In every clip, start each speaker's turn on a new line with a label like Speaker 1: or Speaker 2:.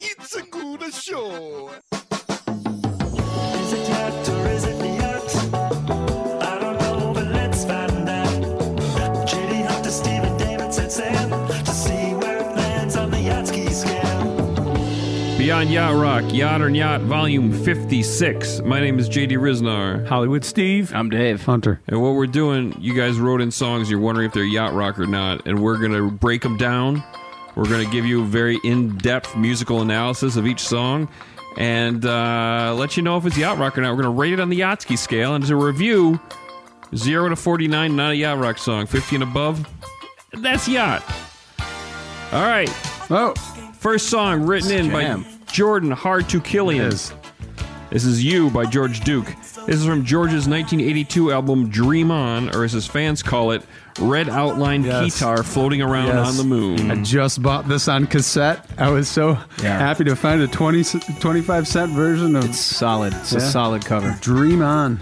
Speaker 1: It's a good show.
Speaker 2: Is it yet or is it yet? I don't know, but let's find out. JD Hunter, Steven David set sail to see where it lands on the Yatsky scale.
Speaker 3: Beyond Yacht Rock, Yacht and Yacht, Volume 56. My name is JD Riznar.
Speaker 4: Hollywood Steve.
Speaker 5: I'm Dave.
Speaker 4: Hunter.
Speaker 3: And what we're doing, you guys wrote in songs, you're wondering if they're Yacht Rock or not, and we're going to break them down. We're going to give you a very in depth musical analysis of each song and uh, let you know if it's Yacht Rock or not. We're going to rate it on the Yachtsky scale, and as a review, 0 to 49, not a Yacht Rock song. 50 and above, that's Yacht. All right.
Speaker 4: Oh,
Speaker 3: First song written in by
Speaker 5: Jam.
Speaker 3: Jordan Hard to Killian.
Speaker 4: is
Speaker 3: This is You by George Duke. This is from George's 1982 album Dream On, or as his fans call it, Red Outline
Speaker 4: Yes.
Speaker 3: Guitar Floating Around
Speaker 4: Yes. Mm-hmm.
Speaker 3: on the Moon.
Speaker 4: I just bought this on cassette. I was so
Speaker 5: Hmm. Yeah.
Speaker 4: happy to find a 20, 25 cent version of
Speaker 5: Solid. It's a
Speaker 4: Yeah.
Speaker 5: solid cover.
Speaker 4: Dream On.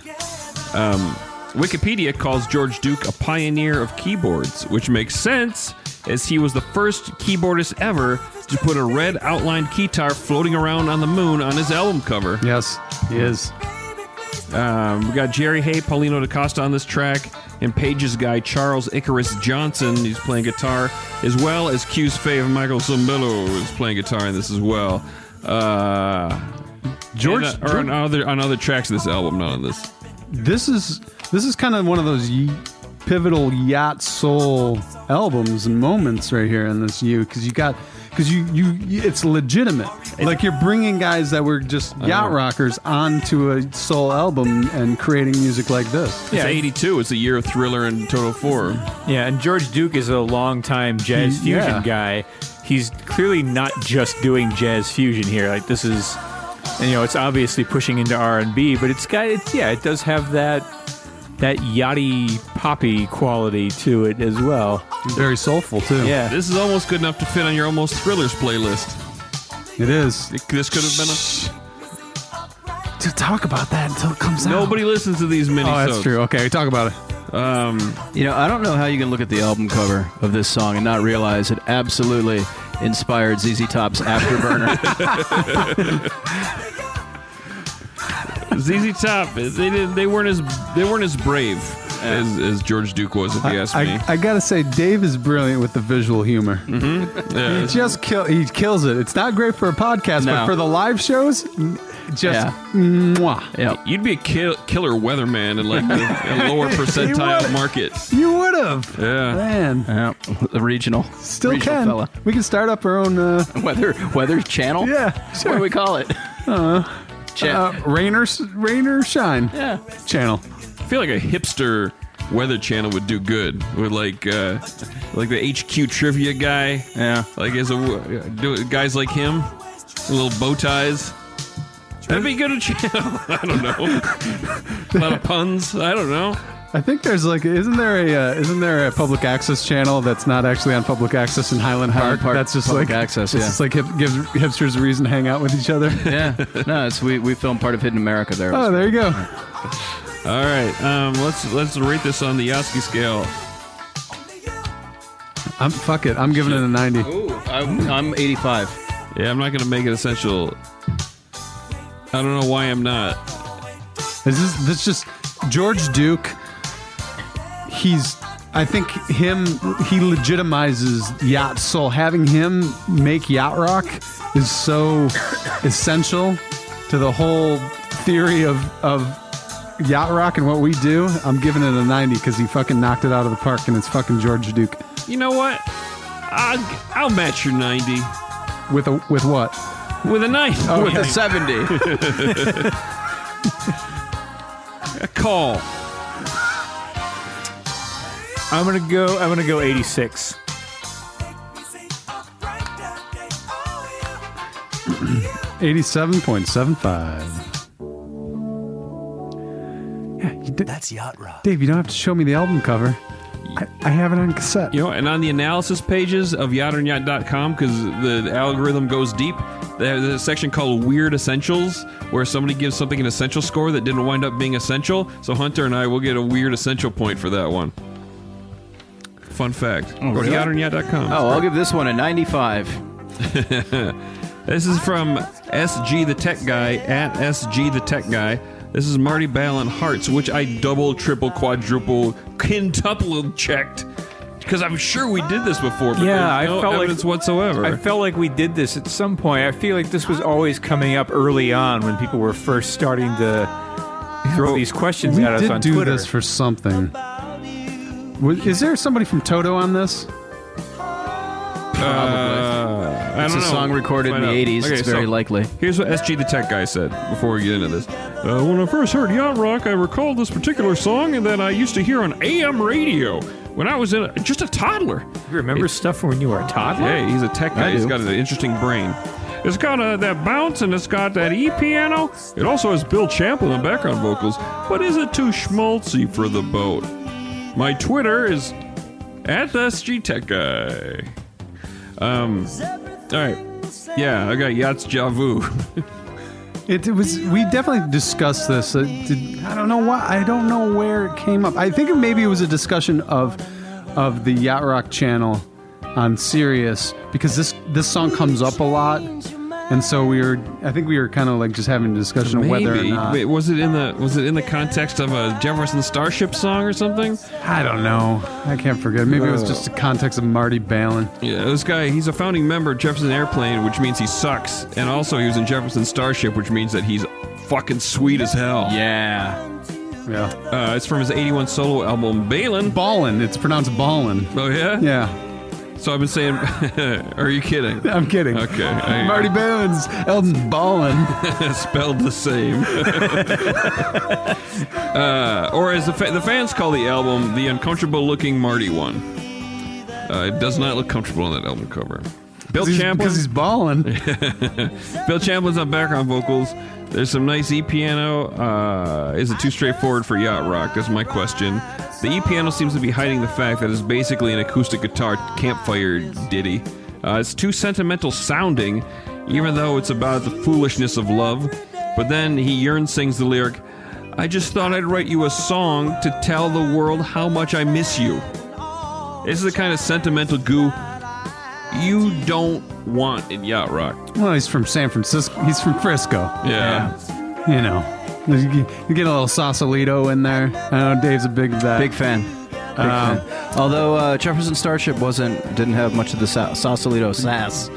Speaker 3: Wikipedia calls George Duke a pioneer of keyboards, which makes sense as he was the first keyboardist ever to put a red outlined guitar floating around on the moon on his album cover.
Speaker 4: Yes, he is.
Speaker 3: Um, we got Jerry Hay, Paulino DaCosta on this track, and Paige's guy Charles Icarus Johnson, who's playing guitar, as well as Q's fave Michael Cimbello is playing guitar in this as well. Uh,
Speaker 4: George,
Speaker 3: and, uh, or on other on other tracks of this album, not on this.
Speaker 4: this is this is kind of one of those ye- pivotal yacht soul albums and moments right here in this you because you got because you you it's legitimate like you're bringing guys that were just yacht
Speaker 3: know.
Speaker 4: rockers onto a soul album and creating music like this
Speaker 3: It's '82. It's the year of Thriller and Total Four.
Speaker 6: Yeah, and George Duke is a longtime jazz
Speaker 4: He- yeah.
Speaker 6: fusion guy. He's clearly not just doing jazz fusion here. Like this is, and, you know, it's obviously pushing into R and B, but it's got it's yeah, it does have that that yachty poppy quality to it as well.
Speaker 4: very soulful too
Speaker 6: Yeah,
Speaker 3: This is almost good enough to fit on your almost Thrillers playlist.
Speaker 4: it is
Speaker 3: It- This could have been a.
Speaker 4: to talk about that until it comes
Speaker 3: Nobody listens to these mini.
Speaker 4: oh that's true okay talk about it
Speaker 3: Um,
Speaker 5: You know, I don't know how you can look at the album cover of this song and not realize it absolutely inspired ZZ Top's Afterburner.
Speaker 3: ZZ Top, they didn't, they weren't as they weren't as brave as, as George Duke was, if you ask
Speaker 4: I,
Speaker 3: me. Mm-hmm.
Speaker 4: I gotta say dave is brilliant with the visual humor
Speaker 3: Yeah.
Speaker 4: He just kill. He kills it. It's not great for a podcast, but
Speaker 5: No.
Speaker 4: for the live shows, n- just
Speaker 5: Yeah.
Speaker 4: mwah.
Speaker 5: yep.
Speaker 3: You'd be a kill, killer weatherman in like the, a lower percentile
Speaker 4: would.
Speaker 3: market.
Speaker 4: You would have.
Speaker 3: Yeah.
Speaker 4: Man,
Speaker 5: Yep. The regional.
Speaker 4: still
Speaker 5: regional
Speaker 4: can.
Speaker 5: Fella.
Speaker 4: We can start up our own. Uh,
Speaker 5: Weather Weather Channel.
Speaker 4: yeah,
Speaker 5: What do
Speaker 4: sure.
Speaker 5: we call it? Cha-
Speaker 4: Uh, rain or s- rain or shine.
Speaker 5: Yeah.
Speaker 4: Channel.
Speaker 3: I feel like a hipster weather channel would do good with like uh, like the HQ trivia guy,
Speaker 5: yeah.
Speaker 3: like as a w- do, guys like him, little bow ties. That'd be good a channel. I don't know. a lot of puns. I don't know.
Speaker 4: I think there's like, isn't there a uh, isn't there a public access channel that's not actually on public access in Highland Park?
Speaker 5: Highland Park
Speaker 4: that's just
Speaker 5: public
Speaker 4: like
Speaker 5: access,
Speaker 4: It's
Speaker 5: yeah.
Speaker 4: just like hip, gives hipsters a reason to hang out with each other.
Speaker 5: Yeah. No, it's we we filmed part of Hidden America there.
Speaker 4: Oh, there you go.
Speaker 3: All right, um, let's let's rate this on the Yatsky scale.
Speaker 4: I'm fuck it. I'm giving it a ninety.
Speaker 5: Ooh, I'm, I'm 85.
Speaker 3: Yeah, I'm not gonna make it essential. I don't know why I'm not.
Speaker 4: Is this this just George Duke? He's I think him he legitimizes yacht soul. Having him make yacht rock is so essential to the whole theory of of yacht rock and what we do. I'm giving it a 90 because he fucking knocked it out of the park and it's fucking George Duke
Speaker 3: You know what? I'll, I'll match your 90
Speaker 4: with a with what?
Speaker 3: with a 90.
Speaker 5: With a 70.
Speaker 3: a call.
Speaker 6: I'm gonna go. I'm gonna go 86.
Speaker 2: Oh,
Speaker 4: Eighty-seven point seven five. Yeah, you did, that's yacht rock. Dave, you don't have to show me the album cover. I, I have it on cassette.
Speaker 3: You know, and on the analysis pages of yatternyat.com, because the, the algorithm goes deep, there's a section called Weird Essentials, where somebody gives something an essential score that didn't wind up being essential. So Hunter and I will get a weird essential point for that one. Fun fact. Go to
Speaker 5: really?
Speaker 3: yatternyat.com.
Speaker 5: Oh, I'll give this one a 95.
Speaker 3: This is from SG the Tech Guy at SG the Tech Guy. This is Marty Ballon Hearts, which I double, triple, quadruple, quintuple checked because I'm sure we did this before. But
Speaker 6: Yeah,
Speaker 3: there's
Speaker 6: I
Speaker 3: no
Speaker 6: felt like-
Speaker 3: evidence whatsoever. Uh,
Speaker 6: I felt like we did this at some point. I feel like this was always coming up early on when people were first starting to throw these questions
Speaker 4: We
Speaker 6: at us
Speaker 4: did
Speaker 6: on
Speaker 4: do
Speaker 6: Twitter.
Speaker 4: this for something. Wa- Is there somebody from Toto on this?
Speaker 3: Uh, I
Speaker 5: It's a
Speaker 3: don't know.
Speaker 5: song recorded in
Speaker 3: Find
Speaker 5: the
Speaker 3: out.
Speaker 5: 80s.
Speaker 3: Okay,
Speaker 5: it's very
Speaker 3: so
Speaker 5: likely.
Speaker 3: Here's what SG the Tech Guy said before we get into this. Uh, when I first heard Yacht Rock, I recalled this particular song that I used to hear on AM radio when I was in a, just a toddler.
Speaker 6: You remember stuff from when you were a toddler?
Speaker 3: Hey, he's a tech guy.
Speaker 5: I
Speaker 3: He's
Speaker 5: do.
Speaker 3: got an interesting brain. It's got uh, that bounce and it's got that E piano. It also has Bill Champlin on background vocals, but is it too schmaltzy for the boat? My Twitter is at the SG Tech Guy. Um, all right. Yeah, I got Yachts Javu.
Speaker 4: It, it was. We definitely discussed this. Uh, did- I don't know why. I don't know where it came up. I think it maybe it was a discussion of of the Yacht Rock channel on Sirius because this this song comes up a lot, and so we were. I think we were kind of like just having a discussion of whether or not.
Speaker 3: Wait, was it in the was it in the context of a Jefferson Starship song or something?
Speaker 4: I don't know. I can't forget. Maybe it was just the context of Marty Balin.
Speaker 3: Yeah, this guy, he's a founding member of Jefferson Airplane, which means he sucks. And also, he was in Jefferson Starship, which means that he's fucking sweet as hell.
Speaker 5: Yeah.
Speaker 4: Yeah,
Speaker 3: Uh, it's from his 81 solo album, Balin.
Speaker 4: Ballin. It's pronounced Ballin.
Speaker 3: Oh, yeah?
Speaker 4: Yeah,
Speaker 3: So I've been saying, are you kidding?
Speaker 4: I'm kidding.
Speaker 3: Okay. I,
Speaker 4: Marty Balin's Elton Ballin.
Speaker 3: spelled the same. uh, or as the, fa- the fans call the album, the uncomfortable looking Marty one. Uh, it does not look comfortable on that album cover. Bill Champlin.
Speaker 4: because he's Ballin.
Speaker 3: Bill Chamblin's on background vocals. There's some nice E piano. Uh, is it too straightforward for yacht rock? That's my question. The E piano seems to be hiding the fact that it's basically an acoustic guitar campfire ditty. Uh, it's too sentimental sounding, even though it's about the foolishness of love. But then he yearn sings the lyric, "I just thought I'd write you a song to tell the world how much I miss you." This is the kind of sentimental goo you don't want in yacht rock.
Speaker 4: Well, he's from San Francisco. He's from Frisco.
Speaker 3: yeah.
Speaker 4: You know, you get you get a little Sausalito in there. I know Dave's a big of that.
Speaker 5: Big fan. Big fan. Although uh, Jefferson Starship wasn't didn't have much of the sa- Sausalito sass.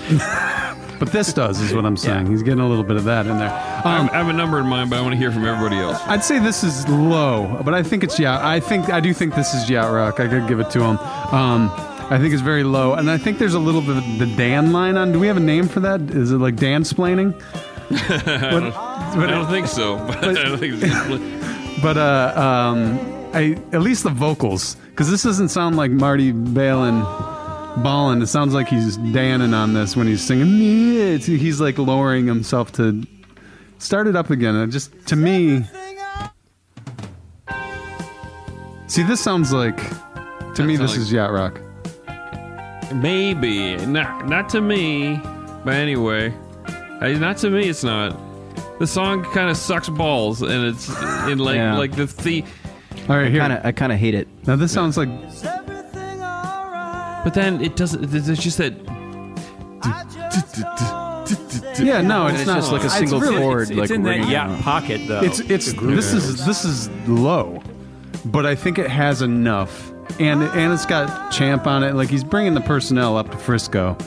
Speaker 4: but this does is what I'm saying. He's getting a little bit of that in there.
Speaker 3: I
Speaker 4: Um,
Speaker 3: have- I have a number in mind, but I want to hear from everybody else.
Speaker 4: I'd say this is low, but I think it's yeah. I think I do think this is yacht rock. I could give it to him. Um, I think it's very low, and I think there's a little bit of the Dan line on. Do we have a name for that? Is it like Dan splaining?
Speaker 3: I don't think so. But I don't think it's-
Speaker 4: But uh, um, I at least the vocals, because this doesn't sound like Marty Balin ballin'. It sounds like he's danning on this when he's singing. "Yeah," it's- He's like lowering himself to start it up again. It just to me, see, this sounds like to me
Speaker 3: sounds
Speaker 4: this
Speaker 3: like-
Speaker 4: is yacht rock.
Speaker 3: maybe not. Not to me, but anyway, I- not to me. It's not. The song kind of sucks balls, and it's in like
Speaker 5: Yeah.
Speaker 3: like the the.
Speaker 4: All right, here
Speaker 5: Kind of I kind of hate it.
Speaker 4: now this sounds like
Speaker 3: But then it doesn't. It's just that.
Speaker 4: yeah, no,
Speaker 5: And
Speaker 4: it's,
Speaker 5: it's
Speaker 4: not
Speaker 5: just like a
Speaker 4: it's
Speaker 5: single
Speaker 4: really-
Speaker 5: chord.
Speaker 6: It's
Speaker 5: like
Speaker 6: in that
Speaker 5: ringing
Speaker 6: yacht
Speaker 5: out.
Speaker 6: pocket, though.
Speaker 5: Oh,
Speaker 4: It's it's this is this is low, but I think it has enough, and and it's got Champ on it. Like he's bringing the personnel up to Frisco.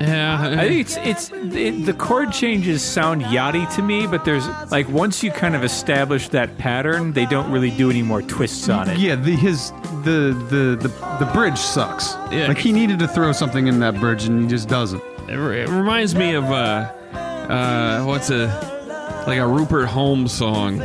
Speaker 3: Yeah.
Speaker 6: I think it's it's it, the chord changes sound yachty to me, but there's like once you kind of establish that pattern, they don't really do any more twists on it.
Speaker 4: Yeah, the his the the the, the bridge sucks.
Speaker 3: Yeah.
Speaker 4: Like he needed to throw something in that bridge, and he just doesn't.
Speaker 3: It re- it reminds me of uh, uh, what's a like a Rupert Holmes song.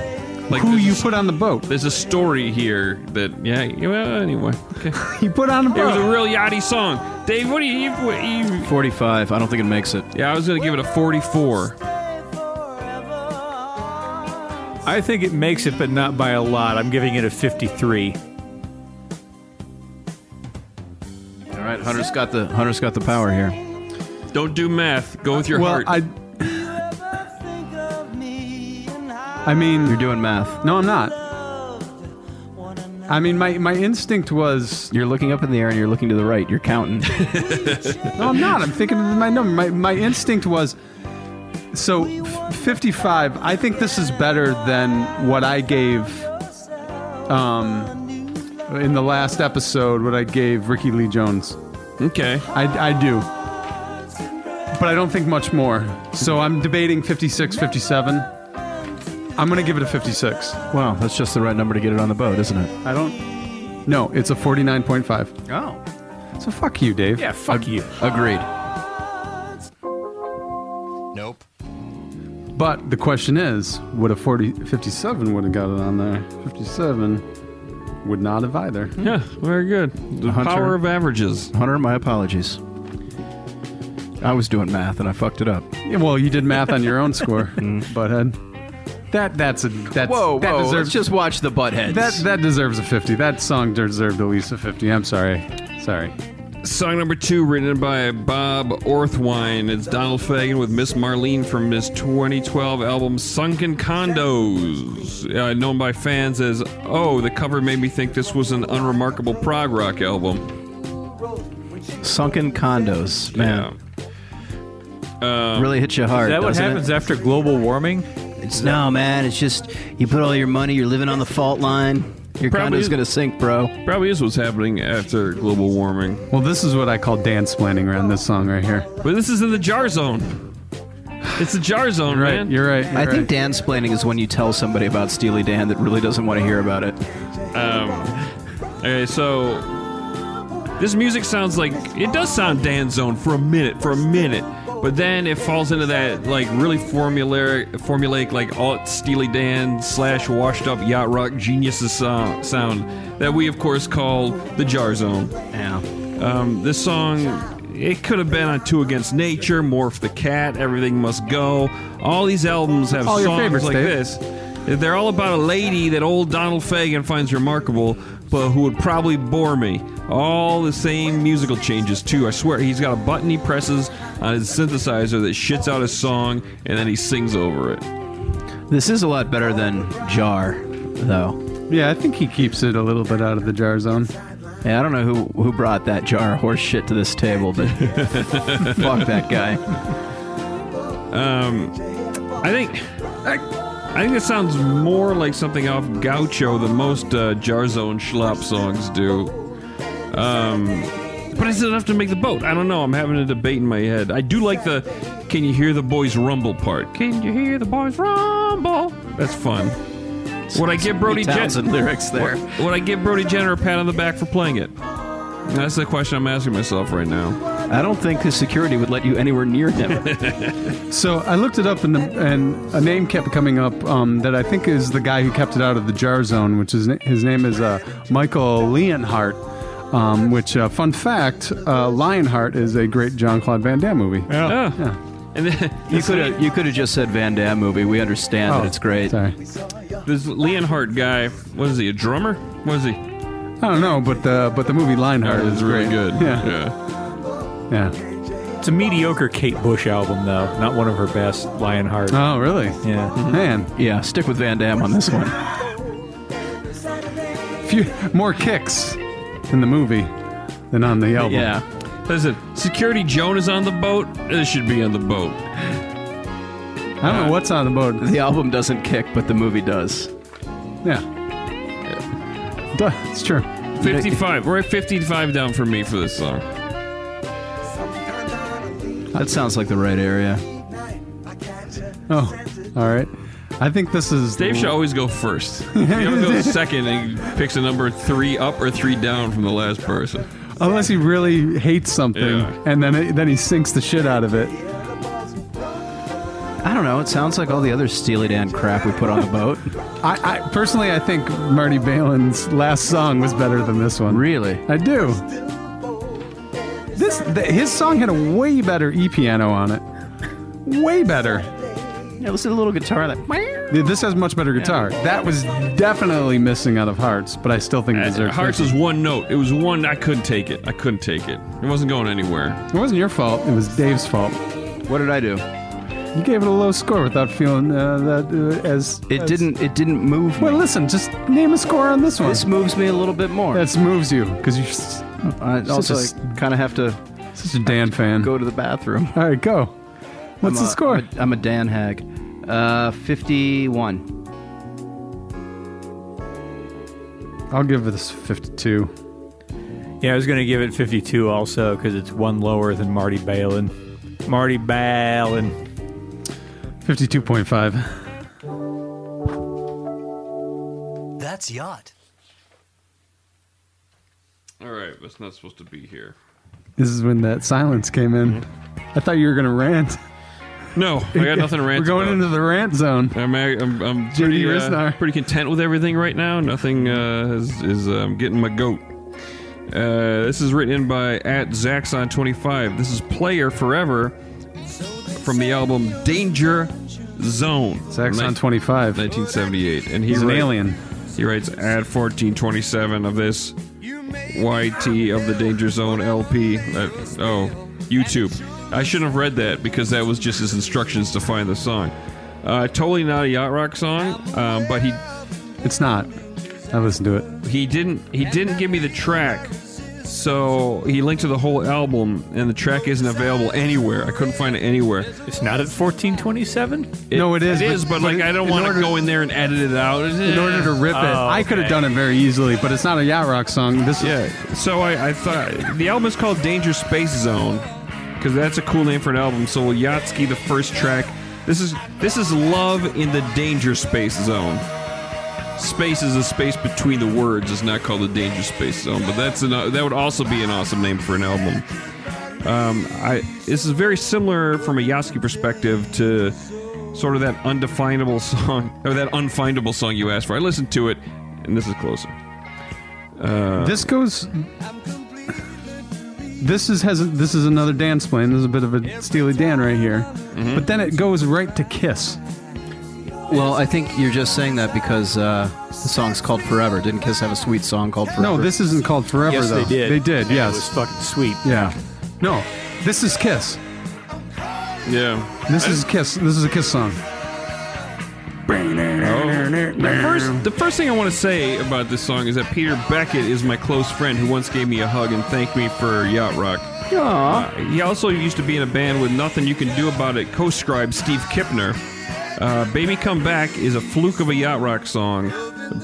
Speaker 3: Like
Speaker 4: Who
Speaker 3: there's a
Speaker 4: you
Speaker 3: s-
Speaker 4: put on the boat?
Speaker 3: There's a story here that yeah. Well, anyway. Okay.
Speaker 4: He put on the
Speaker 3: It was a
Speaker 4: boat.
Speaker 3: real yachty song. Dave, what do you, what you-
Speaker 5: 45. I don't think it makes it.
Speaker 3: Yeah, I was gonna give it a 44.
Speaker 6: I think it makes it, but not by a lot. I'm giving it a 53.
Speaker 5: All right, Hunter's got the Hunter's got the power here.
Speaker 3: Don't do math. Go with your
Speaker 4: well,
Speaker 3: heart.
Speaker 4: I I mean,
Speaker 5: You're doing math.
Speaker 4: no, I'm not. I mean, my, my instinct was
Speaker 5: You're looking up in the air and you're looking to the right. You're counting.
Speaker 4: no, I'm not. I'm thinking of my number. My, my instinct was so f- 55. I think this is better than what I gave um, in the last episode. What I gave Ricky Lee Jones.
Speaker 3: Okay.
Speaker 4: I, I do. But I don't think much more. So I'm debating 56, 57. I'm going to give it a 56.
Speaker 5: wow, that's just the right number to get it on the boat, isn't it?
Speaker 4: I don't. No, it's a 49.5.
Speaker 5: Oh.
Speaker 4: So fuck you, Dave.
Speaker 6: Yeah, fuck you.
Speaker 5: Agreed.
Speaker 1: Nope.
Speaker 4: But the question is, would a 40, 57 would have got it on there? 57 would not have either.
Speaker 3: Yeah, very good. The
Speaker 5: Hunter.
Speaker 3: power of averages.
Speaker 5: Hunter, my apologies. I was doing math and I fucked it up.
Speaker 4: Yeah, well, you did math on your own score, butthead. That that's a that's that deserves
Speaker 5: just watch the buttheads.
Speaker 4: that that deserves a 50. That song deserved at least a 50. I'm sorry. Sorry.
Speaker 3: Song number two, written by Bob Orthwine. It's Donald Fagen with Miss Marlene from his 2012 album Sunken Condos, uh, known by fans as "Oh, the cover made me think this was an unremarkable prog rock album."
Speaker 5: Sunken condos, man. really hit you hard.
Speaker 6: Is that what
Speaker 5: doesn't it?
Speaker 6: happens after global warming?
Speaker 5: It's no, man. It's just you put all your money. You're living on the fault line. Your
Speaker 3: Probably-
Speaker 5: condo's gonna sink, bro.
Speaker 3: Yeah, probably is what's happening after global warming.
Speaker 4: Well, this is what I call dance planning around this song right here.
Speaker 3: But this is in the jar zone. It's the jar zone,
Speaker 4: Right,
Speaker 3: man.
Speaker 4: you're right.
Speaker 5: I
Speaker 4: you're
Speaker 5: think
Speaker 4: right.
Speaker 5: Dan's planning is when you tell somebody about Steely Dan that really doesn't want to hear about it.
Speaker 3: Okay, so this music sounds like it does sound Dan Zone for a minute, for a minute, but then it falls into that like really formulaic, formulaic like alt Steely Dan slash washed up yacht rock geniuses sou- sound that we of course call the Jar Zone.
Speaker 5: Yeah.
Speaker 3: Um, this song, it could have been on Two Against Nature, Morph the Cat, Everything Must Go. All these albums have
Speaker 4: All your
Speaker 3: songs
Speaker 4: favorites,
Speaker 3: like
Speaker 4: Dave.
Speaker 3: this. They're all about a lady that old Donald Fagen finds remarkable, but who would probably bore me. All the same musical changes, too. I swear, he's got a button he presses on his synthesizer that shits out his song, and then he sings over it.
Speaker 5: This is a lot better than Jar, though.
Speaker 4: Yeah, I think he keeps it a little bit out of the jar zone.
Speaker 5: Yeah, I don't know who who brought that jar of horse shit to this table, but fuck that guy.
Speaker 3: I think I, I think it sounds more like something off Gaucho than most uh, Jarzone schlop songs do. Um, but is it enough to make the boat? I don't know. I'm having a debate in my head. I do like the "Can you hear the boys rumble?" part. Can you hear the boys rumble? That's fun. Would I give Brody
Speaker 5: Townsend
Speaker 3: Jenner?
Speaker 5: lyrics there.
Speaker 3: Would I give Brody Jenner a pat on the back for playing it? That's the question I'm asking myself right now.
Speaker 5: I don't think his security would let you anywhere near him.
Speaker 4: So I looked it up, and, the, and a name kept coming up um, that I think is the guy who kept it out of the jar zone, which is his name is uh, Michael Leonhardt. Um, which, uh, fun fact, uh, Lionheart is a great John Claude Van Damme movie.
Speaker 3: Oh. And then
Speaker 5: you could have you could have just said Van Damme movie. We understand
Speaker 3: Oh,
Speaker 5: that it's great.
Speaker 4: Sorry.
Speaker 3: this Leonhardt guy. What is he? A drummer? What is he?
Speaker 4: I don't know, but the but the movie Lionheart
Speaker 3: That
Speaker 4: is
Speaker 3: is really
Speaker 4: great.
Speaker 3: good. yeah.
Speaker 4: Yeah, yeah.
Speaker 6: It's a mediocre Kate Bush album, though. Not one of her best, Lionheart.
Speaker 4: Oh, really?
Speaker 6: yeah.
Speaker 4: Man,
Speaker 5: Yeah, stick with Van Damme on this one.
Speaker 4: few more kicks in the movie than on the album.
Speaker 5: Yeah.
Speaker 3: Listen, security Joan is on the boat. This should be on the boat.
Speaker 4: I don't know what's on the boat.
Speaker 5: The album doesn't kick, but the movie does.
Speaker 4: Yeah, Duh, it's true.
Speaker 3: 55. We're at 55 down for me for this song.
Speaker 5: That sounds like the right area.
Speaker 4: Oh, all right. I think this is
Speaker 3: Dave should always go first. He always goes second and he picks a number three up or three down from the last person.
Speaker 4: Unless he really hates something,
Speaker 3: Yeah.
Speaker 4: and then it, then he sinks the shit out of it.
Speaker 5: I don't know. It sounds like all the other Steely Dan crap we put on the boat.
Speaker 4: I, I personally, I think Marty Balin's last song was better than this one.
Speaker 5: really?
Speaker 4: I do. This th- his song had a way better e piano on it. Way better.
Speaker 5: Yeah, listen to the little guitar that.
Speaker 4: Th- This has much better guitar. That was definitely missing out of Hearts, but I still think it
Speaker 3: Uh,
Speaker 4: deserves.
Speaker 3: Hearts
Speaker 4: 50.
Speaker 3: is one note. It was one. I couldn't take it. I couldn't take it. It wasn't going anywhere.
Speaker 4: It wasn't your fault. It was Dave's fault.
Speaker 5: What did I do?
Speaker 4: You gave it a low score without feeling uh, that uh, as
Speaker 5: It
Speaker 4: as-
Speaker 5: didn't. It didn't move.
Speaker 4: Well,
Speaker 5: me.
Speaker 4: listen, just name a score on this one.
Speaker 5: This moves me a little bit more.
Speaker 4: That moves you because you're s-
Speaker 5: I also
Speaker 4: such
Speaker 5: kind of have to
Speaker 4: such a Dan fan.
Speaker 5: go to the bathroom.
Speaker 4: All right, go. What's
Speaker 5: I'm
Speaker 4: the
Speaker 5: a-
Speaker 4: score?
Speaker 5: I'm a, I'm a Dan hag. Uh, 51.
Speaker 4: I'll give this 52.
Speaker 6: Yeah, I was going to give it 52 also because it's one lower than Marty Balin. Marty Balin.
Speaker 4: 52.5.
Speaker 2: That's yacht.
Speaker 3: All right, that's not supposed to be here.
Speaker 4: This is when that silence came in.
Speaker 5: Mm-hmm.
Speaker 4: I thought you were going to rant.
Speaker 3: No, I got nothing to rant
Speaker 4: We're going
Speaker 3: about.
Speaker 4: into the rant zone.
Speaker 3: I'm, I'm, I'm pretty, uh,
Speaker 4: Risnar.
Speaker 3: pretty content with everything right now. Nothing uh, is, is um, getting my goat. Uh, this is written in by at Zaxxon25. This is Player Forever from the album Danger Zone.
Speaker 4: Zach's on
Speaker 3: Nin-
Speaker 4: 25.
Speaker 3: 1978. And he
Speaker 4: He's an
Speaker 3: writes-
Speaker 4: alien.
Speaker 3: He writes at 1427 of this YT of the Danger Zone LP. Uh, oh, YouTube. I shouldn't have read that because that was just his instructions to find the song. Uh, totally not a yacht rock song, um, but he
Speaker 4: It's not. I listened to it.
Speaker 3: he didn't he didn't give me the track, so he linked to the whole album, and the track isn't available anywhere. I couldn't find it anywhere.
Speaker 6: It's not at 1427?
Speaker 4: No, it is,
Speaker 3: It
Speaker 4: but-
Speaker 3: is, but,
Speaker 4: but
Speaker 3: like
Speaker 4: it-
Speaker 3: I don't
Speaker 4: in
Speaker 3: want
Speaker 4: order-
Speaker 3: to go in there and edit it out.
Speaker 4: In order to rip it,
Speaker 6: Oh,
Speaker 4: I could have
Speaker 6: okay.
Speaker 4: done it very easily, but it's not a Yacht Rock song. This is
Speaker 3: Yeah. So I, I thought the album is called Danger Space Zone because that's a cool name for an album. So Yatsky, the first track. This is this is love in the danger space zone. Space is a space between the words. It's not called the danger space zone, but that's an, that would also be an awesome name for an album. Um, I this is very similar from a Yatsky perspective to sort of that undefinable song or that unfindable song you asked for. I listened to it, and this is closer.
Speaker 4: this goes. This is has this is another dance plane. This is a bit of a Steely Dan right here, but then it goes right to Kiss.
Speaker 5: Well, I think you're just saying that because uh, the song's called Forever. Didn't Kiss have a sweet song called Forever?
Speaker 4: No, this isn't called Forever
Speaker 6: Yes,
Speaker 4: though.
Speaker 6: they did.
Speaker 4: They did.
Speaker 6: And It was
Speaker 4: yes.
Speaker 6: fucking sweet.
Speaker 4: yeah. No, this is Kiss.
Speaker 3: Yeah.
Speaker 4: This is Kiss. This is a Kiss song.
Speaker 3: The first, the first thing I want to say about this song is that Peter Beckett is my close friend who once gave me a hug and thanked me for Yacht Rock. Uh, he also used to be in a band with Nothing You Can Do About It co-scribe Steve Kipner. Uh, Baby Come Back is a fluke of a Yacht Rock song,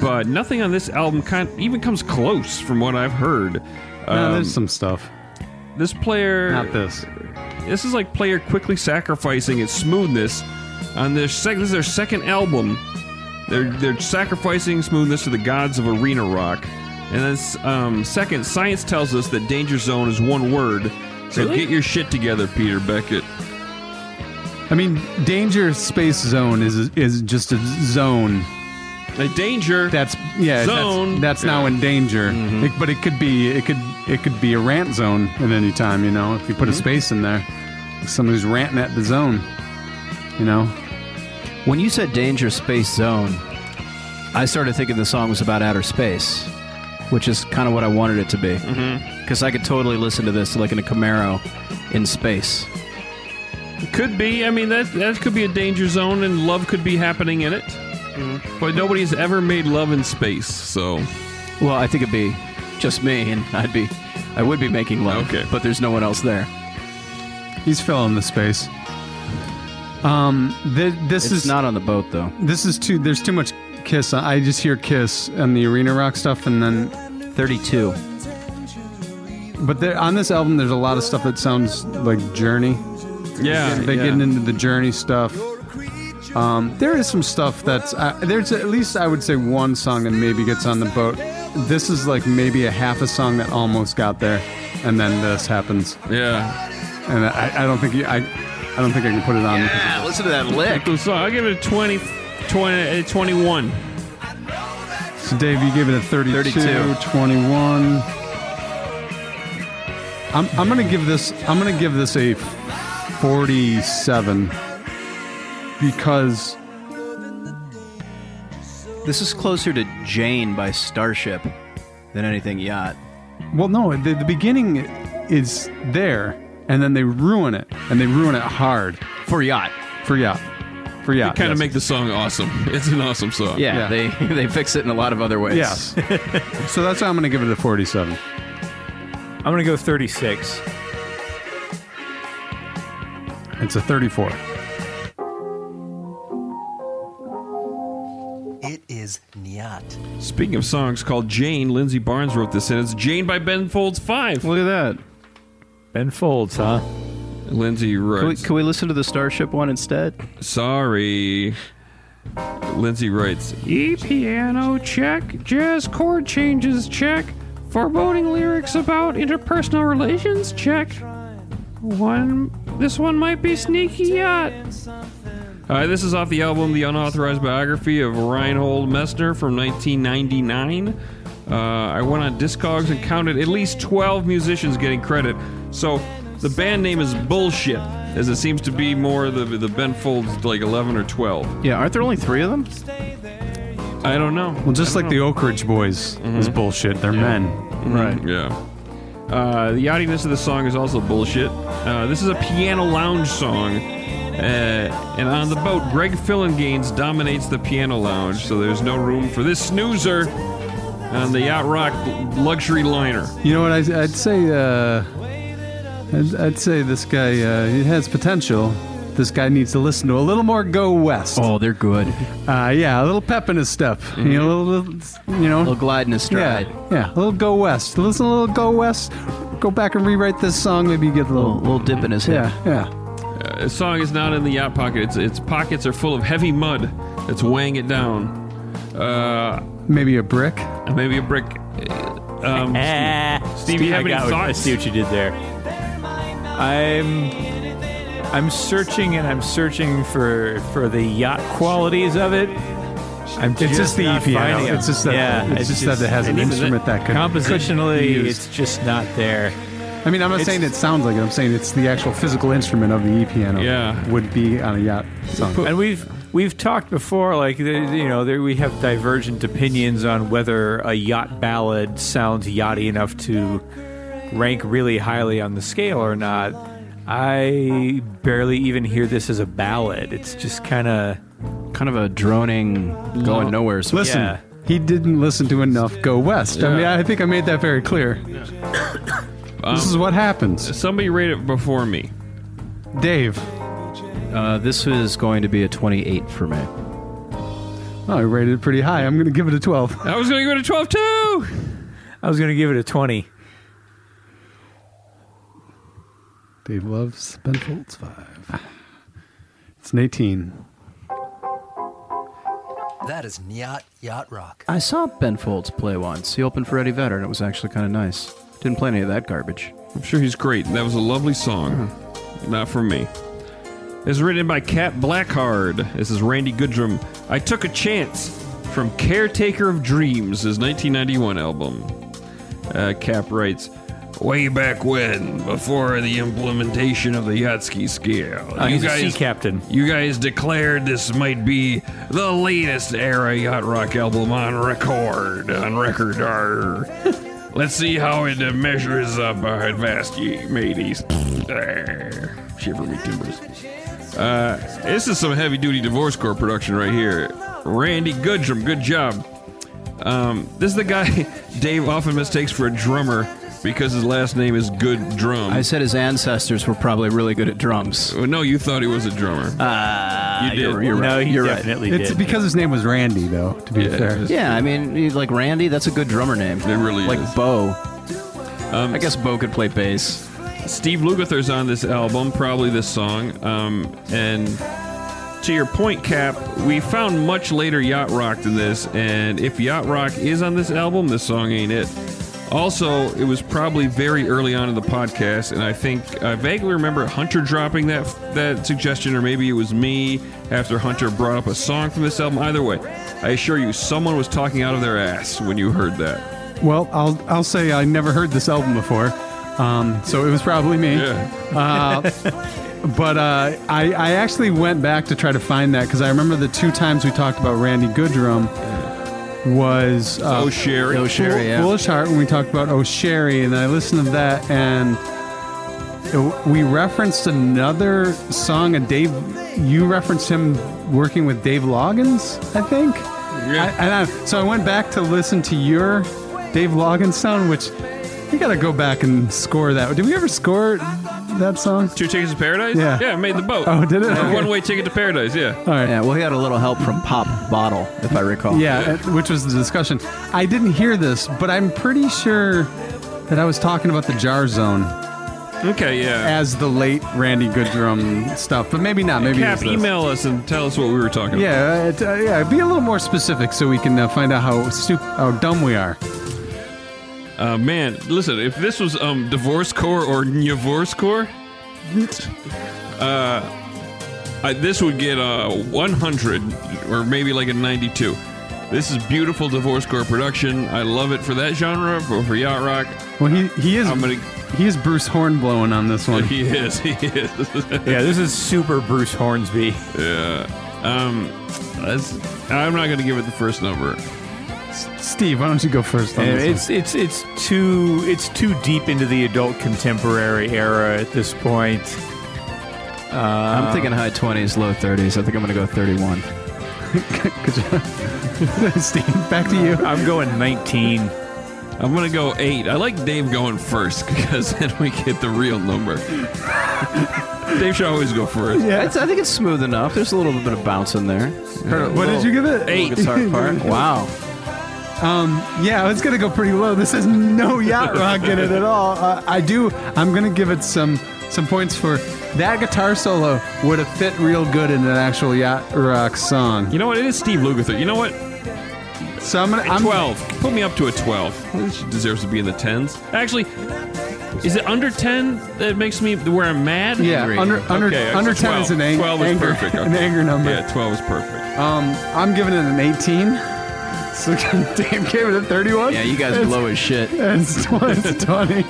Speaker 3: but nothing on this album kind even comes close from what I've heard.
Speaker 4: no,
Speaker 3: Um,
Speaker 4: there's some stuff.
Speaker 3: this player
Speaker 4: Not this.
Speaker 3: this is like player quickly sacrificing its smoothness on their sec- this is their second album. They're they're sacrificing smoothness to the gods of arena rock. And then s- um, second, science tells us that danger zone is one word. So
Speaker 6: Really?
Speaker 3: get your shit together, Peter Beckett.
Speaker 4: I mean, Danger Space Zone is is just a zone.
Speaker 3: A danger.
Speaker 4: That's yeah.
Speaker 3: Zone.
Speaker 4: That's, that's now in danger.
Speaker 5: Mm-hmm.
Speaker 4: It- but it could be it could it could be a rant zone at any time. You know, if you put
Speaker 5: Mm-hmm.
Speaker 4: a space in there, somebody's ranting at the zone. You know,
Speaker 5: When you said Danger Space Zone, I started thinking the song was about outer space, which is kind of what I wanted it to be. Because I could totally listen to this like in a Camaro in space.
Speaker 3: could be. I mean, that that could be a danger zone, and love could be happening in it. But nobody's ever made love in space, so
Speaker 5: Well, I think it'd be just me, and I'd be, I would be making love.
Speaker 3: Okay.
Speaker 5: But there's no one else there.
Speaker 4: he's filling the space. Um, th- this
Speaker 5: It's
Speaker 4: is
Speaker 5: not on the boat though.
Speaker 4: this is too. There's too much kiss. I just hear kiss and the arena rock stuff, and then
Speaker 5: 32.
Speaker 4: but there, on this album, there's a lot of stuff that sounds like Journey.
Speaker 3: yeah.
Speaker 4: They're
Speaker 3: yeah.
Speaker 4: getting into the journey stuff. Um, there is some stuff that's uh, there's at least I would say one song that maybe gets on the boat. This is like maybe a half a song that almost got there, and then this happens,
Speaker 3: yeah.
Speaker 4: and I, I don't think you, I, I don't think I can put it on.
Speaker 5: Yeah, Ah, listen to that lick.
Speaker 3: So I'll give it a 20, 20 uh, 21.
Speaker 4: So Dave, you gave it a 32,
Speaker 5: 32.
Speaker 4: 21. I'm, I'm gonna give this I'm gonna give this a 47 because
Speaker 5: This is closer to Jane by Starship than anything yacht.
Speaker 4: Well, no, the, the beginning is there, and then they ruin it, and they ruin it hard.
Speaker 5: For yacht.
Speaker 4: for yacht, for yacht.
Speaker 3: Kind of
Speaker 4: yes.
Speaker 3: make the song awesome. It's an awesome song.
Speaker 5: Yeah,
Speaker 4: Yeah.
Speaker 5: they they fix it in a lot of other ways.
Speaker 4: yes. so that's why I'm going to give it a 47.
Speaker 6: I'm gonna go 36.
Speaker 4: It's a 34.
Speaker 5: Mm-hmm.
Speaker 2: It is Nyat.
Speaker 3: Speaking of songs called Jane, Lindsey Barnes wrote this, and it's Jane by Ben Folds 5.
Speaker 5: Look at that.
Speaker 6: Ben Folds, huh?
Speaker 3: Lindsey
Speaker 5: Can we,
Speaker 3: writes,
Speaker 5: can we listen to the Starship one instead?
Speaker 3: sorry. Lindsey writes, E piano check, jazz chord changes check, foreboding lyrics about interpersonal relations check. One, this one might be sneaky yet. Uh, this is off the album The Unauthorized Biography of Reinhold Messner from 1999. Uh, I went on Discogs and counted at least 12 musicians getting credit. So the band name is bullshit, as it seems to be more the the Ben Folds like 11 or 12.
Speaker 5: Yeah, aren't there only three of them?
Speaker 3: I don't know.
Speaker 4: Well, just like the Oak Ridge Boys is bullshit. They're men.
Speaker 5: Right.
Speaker 3: Yeah. Uh, the yachtiness of the song is also bullshit. Uh, this is a piano lounge song. Uh, and on the boat, Greg Fillinganes dominates the piano lounge, so there's no room for this snoozer on the Yacht Rock luxury liner.
Speaker 4: You know what? I'd, I'd say. Uh, I'd, I'd say this guy uh, he has potential. This guy needs to listen to a little more Go West.
Speaker 5: Oh, they're good.
Speaker 4: Uh, yeah, a little pep in his step. You know, a little, you know,
Speaker 5: They'll glide in a stride.
Speaker 4: yeah, yeah, a little Go West. Listen, a little Go West. Go back and rewrite this song. Maybe you get a
Speaker 5: Little,
Speaker 4: little.
Speaker 5: little dip in his hip.
Speaker 4: Yeah, yeah.
Speaker 3: Uh, the song is not in the yacht pocket, its, its pockets are full of heavy mud that's weighing it down. Uh,
Speaker 4: Maybe a brick.
Speaker 3: and maybe a brick. uh, Um,
Speaker 6: Ah,
Speaker 3: Steve, you have any
Speaker 6: I got what- I
Speaker 3: thoughts?
Speaker 6: see what you did there. I'm I'm searching and I'm searching for for the yacht qualities of it. I'm
Speaker 4: It's just the E
Speaker 6: not
Speaker 4: piano.
Speaker 6: finding it.
Speaker 4: It's just that-
Speaker 6: yeah,
Speaker 4: it's just that it has an
Speaker 6: and even
Speaker 4: instrument that could- could be
Speaker 6: compositionally,
Speaker 4: used.
Speaker 6: it's just not there.
Speaker 4: I mean, I'm not
Speaker 6: It's-
Speaker 4: saying it sounds like it. I'm saying it's the actual physical instrument of the E piano.
Speaker 3: Yeah.
Speaker 4: would be on a yacht song.
Speaker 6: And we've we've talked before, like there- you know, there we have divergent opinions on whether a yacht ballad sounds yachty enough to rank really highly on the scale or not. I barely even hear this as a ballad. It's just kind of
Speaker 5: Kind of a droning, going nowhere. sort of-
Speaker 4: Listen,
Speaker 6: Yeah.
Speaker 4: Hmm. he didn't listen to enough Go West. I mean,
Speaker 3: Yeah.
Speaker 4: I think I made that very clear. this is what happens.
Speaker 3: somebody rate it before me.
Speaker 4: Dave.
Speaker 5: Uh, this is going to be a 28 for me.
Speaker 4: Oh, I rated it pretty high. I'm going to give it a 12.
Speaker 3: I was going to go to 12 too!
Speaker 6: I was gonna give it a twenty.
Speaker 4: Dave loves Ben Folds 5. It's an 18.
Speaker 2: That is Nyat Yacht Rock.
Speaker 5: I saw Ben Folds play once. He opened for Eddie Vedder, and it was actually kind of nice. Didn't play any of that garbage.
Speaker 3: I'm sure he's great. That was a lovely song. Not for me. It's written by Cat Blackheart. This is Randy Goodrum. I Took a Chance from Caretaker of Dreams, his 1991 album. Uh, Cap writes, Way back when, before the implementation of the Yatsky scale,
Speaker 6: Uh, he's a sea captain.
Speaker 3: you guys declared this might be the latest era yacht rock album on record. On record, arr. Let's see how it uh, measures up behind vast ye mateys. Arr. Shiver me timbers. Uh, this is some heavy duty divorce court production right here. Randy Goodrum, good job. Um, this is the guy Dave often mistakes for a drummer because his last name is Good Drum.
Speaker 5: I said his ancestors were probably really good at drums.
Speaker 3: Well, no, you thought he was a drummer. You
Speaker 5: Uh,
Speaker 3: did.
Speaker 5: You're
Speaker 6: no,
Speaker 5: right.
Speaker 6: he
Speaker 5: You're right.
Speaker 6: definitely
Speaker 4: It's
Speaker 6: did.
Speaker 4: because his name was Randy, though, to be
Speaker 3: Yeah,
Speaker 4: fair.
Speaker 3: it's-
Speaker 5: Yeah, I mean, he's like Randy, that's a good drummer name.
Speaker 3: It really
Speaker 5: like
Speaker 3: is.
Speaker 5: Bo. I guess Bo could play bass.
Speaker 3: Steve Lukather's on this album, probably this song. Um, and to your point, Cap, we found much later Yacht Rock than this, and if Yacht Rock is on this album, this song ain't it. Also, it was probably very early on in the podcast, and I think I vaguely remember Hunter dropping that that suggestion, or maybe it was me after Hunter brought up a song from this album. Either way, I assure you, someone was talking out of their ass when you heard that.
Speaker 4: Well, I'll, I'll say I never heard this album before. Um, so it was probably me.
Speaker 3: Yeah,
Speaker 4: But uh, I, I actually went back to try to find that because I remember the two times we talked about Randy Goodrum was uh,
Speaker 3: oh Sherry,
Speaker 5: Oh, Sherry.
Speaker 4: Fool-
Speaker 5: yeah.
Speaker 4: Foolish Heart when we talked about Oh Sherry, and I listened to that, and it- we referenced another song, a Dave you referenced him working with Dave Loggins, I think.
Speaker 3: Yeah.
Speaker 4: I, and I, so I went back to listen to your Dave Loggins sound, which we gotta go back and score that. Did we ever score that song?
Speaker 3: Two tickets to paradise?
Speaker 4: Yeah.
Speaker 3: Yeah, made the boat.
Speaker 4: Oh, did it? Okay.
Speaker 3: One way ticket to paradise, yeah.
Speaker 4: All right.
Speaker 5: Yeah, well, he had a little help from Pop Bottle, if I recall.
Speaker 4: Yeah, uh, which was the discussion. I didn't hear this, but I'm pretty sure that I was talking about the Jar Zone
Speaker 3: Okay, yeah.
Speaker 4: as the late Randy Goodrum stuff, but maybe not. Maybe it
Speaker 3: Cap,
Speaker 4: was this.
Speaker 3: email us and tell us what we were talking about.
Speaker 4: Yeah, it, uh, yeah. Be a little more specific so we can uh, find out how stupid, how dumb we are.
Speaker 3: Uh, man, listen, if this was um, Divorce Core or Divorce Core, uh, I, this would get a 100 or maybe like a 92. This is beautiful Divorce Core production. I love it for that genre, for, for Yacht Rock.
Speaker 4: Well, he he is
Speaker 3: I'm gonna-
Speaker 4: he is Bruce Hornblowing on this one.
Speaker 3: He is, he is.
Speaker 6: Yeah, this is super Bruce Hornsby.
Speaker 3: um, that's, I'm not going to give it the first number.
Speaker 4: Steve, why don't you go first on
Speaker 6: And
Speaker 4: this?
Speaker 6: it's it's it's too it's too deep into the adult contemporary era at this point.
Speaker 5: I'm thinking high 20s, low 30s. I think I'm going to go 31.
Speaker 4: one? Steve, back to you.
Speaker 6: I'm going 19.
Speaker 3: I'm gonna go eight. I like Dave going first because then we get the real number. Dave should always go first.
Speaker 4: Yeah.
Speaker 5: It's, I think it's smooth enough. There's a little bit of bounce in there.
Speaker 4: What did you give it?
Speaker 5: Eight. Guitar part. Wow.
Speaker 4: Yeah, it's gonna go pretty low. This has no yacht rock in it at all. Uh, I do. I'm gonna give it some some points for that guitar solo would have fit real good in an actual yacht rock song.
Speaker 3: You know what? It is Steve Lukather. You know what?
Speaker 4: So I'm gonna. I'm,
Speaker 3: Twelve. Put me up to a twelve. She deserves to be in the tens. Actually, is it under ten that makes me where I'm mad?
Speaker 4: Yeah, under under
Speaker 3: Okay,
Speaker 4: under
Speaker 3: so
Speaker 4: ten is
Speaker 3: 12.
Speaker 4: an ang-
Speaker 3: Twelve is
Speaker 4: anger,
Speaker 3: perfect.
Speaker 4: an
Speaker 3: okay.
Speaker 4: anger number.
Speaker 3: Yeah, twelve is perfect.
Speaker 4: Um, I'm giving it an 18. So Dave gave it a 31.
Speaker 5: Yeah, you guys are low as shit.
Speaker 4: It's 20. It's 20.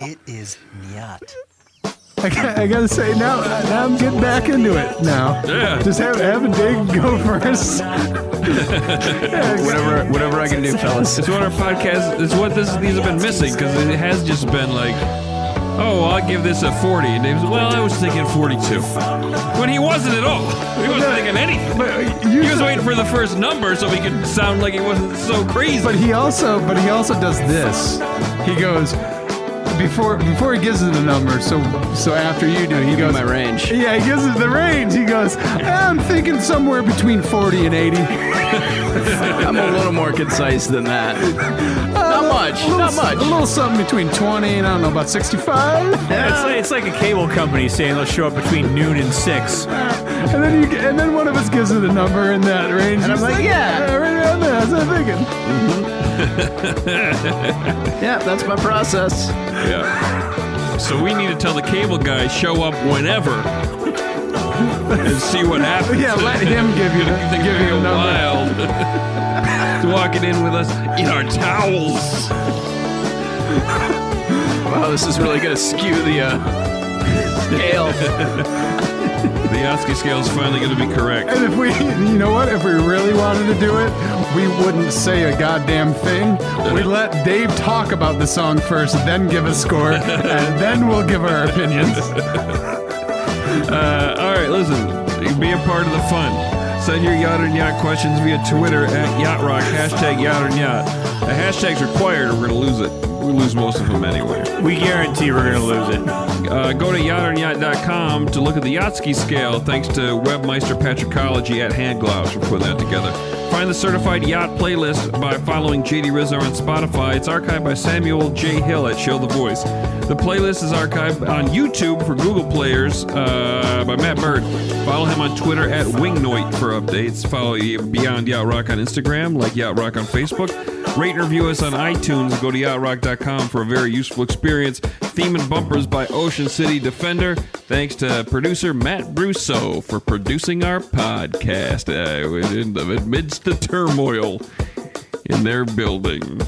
Speaker 2: It is Nyat.
Speaker 4: I, got, I gotta say now, now I'm getting back into it now.
Speaker 3: Yeah.
Speaker 4: Just have have a dig go first.
Speaker 5: Whatever, whatever I can do, fellas.
Speaker 3: It's what our podcast. It's what this. These have been missing because it has just been like, oh, well, I'll give this a forty. And Dave's, well, I was thinking forty-two, when he wasn't at all. He wasn't thinking anything.
Speaker 4: But
Speaker 3: He was
Speaker 4: usually-
Speaker 3: waiting for the first number so he could sound like he wasn't so crazy.
Speaker 4: But he also, but he also does this. He goes before before he gives it the number. So so after you do, he
Speaker 5: Give me
Speaker 4: goes
Speaker 5: my range.
Speaker 4: Yeah, he gives it the range. He goes, I'm thinking somewhere between 40 and 80.
Speaker 5: I'm a little more concise than that. Not much.
Speaker 4: little-
Speaker 5: Not much.
Speaker 4: Uh, A little something between 20 and I don't know, about 65.
Speaker 6: Yeah, it's, like, it's like a cable company saying they'll show up between noon and six.
Speaker 4: and then you get, and then one of us gives it a number in that range. And
Speaker 5: I'm like, yeah.
Speaker 4: Right around there. That's what I'm thinking.
Speaker 5: Yeah, that's my process.
Speaker 3: Yeah. So we need to tell the cable guy show up whenever and see what happens.
Speaker 4: Yeah, let him give you the,
Speaker 3: They
Speaker 4: give
Speaker 3: give
Speaker 4: you
Speaker 3: a
Speaker 4: a number.
Speaker 3: wild. Walking in with us in our towels.
Speaker 5: Wow, this is really gonna skew the uh, scale.
Speaker 3: The Yatsky scale is finally going to be correct.
Speaker 4: And if we, you know what? If we really wanted to do it, we wouldn't say a goddamn thing. We let Dave talk about the song first, then give a score, and then we'll give our opinions.
Speaker 3: Uh, all right, listen. Be a part of the fun. Send your yacht and yacht questions via Twitter at yacht rock hashtag yacht and yacht. The hashtag's required, or we're going to lose it. We lose most of them anyway.
Speaker 6: We guarantee we're gonna lose it.
Speaker 3: Uh, go to yachtonyacht.com to look at the Yatsky scale, thanks to webmeister Patrickology at Handglouse for putting that together. Find the certified yacht playlist by following JD Rizzo on Spotify. It's archived by Samuel J. Hill at Show the Voice. The playlist is archived on YouTube for Google Players uh, by Matt Bird. Follow him on Twitter at Wingnoit for updates. Follow Beyond Yacht Rock on Instagram, like Yacht Rock on Facebook. Rate and review us on iTunes. and Go to yachtrock.com for a very useful experience. Theme and bumpers by Ocean City Defender. Thanks to producer Matt Brusso for producing our podcast uh, in the midst of turmoil in their building.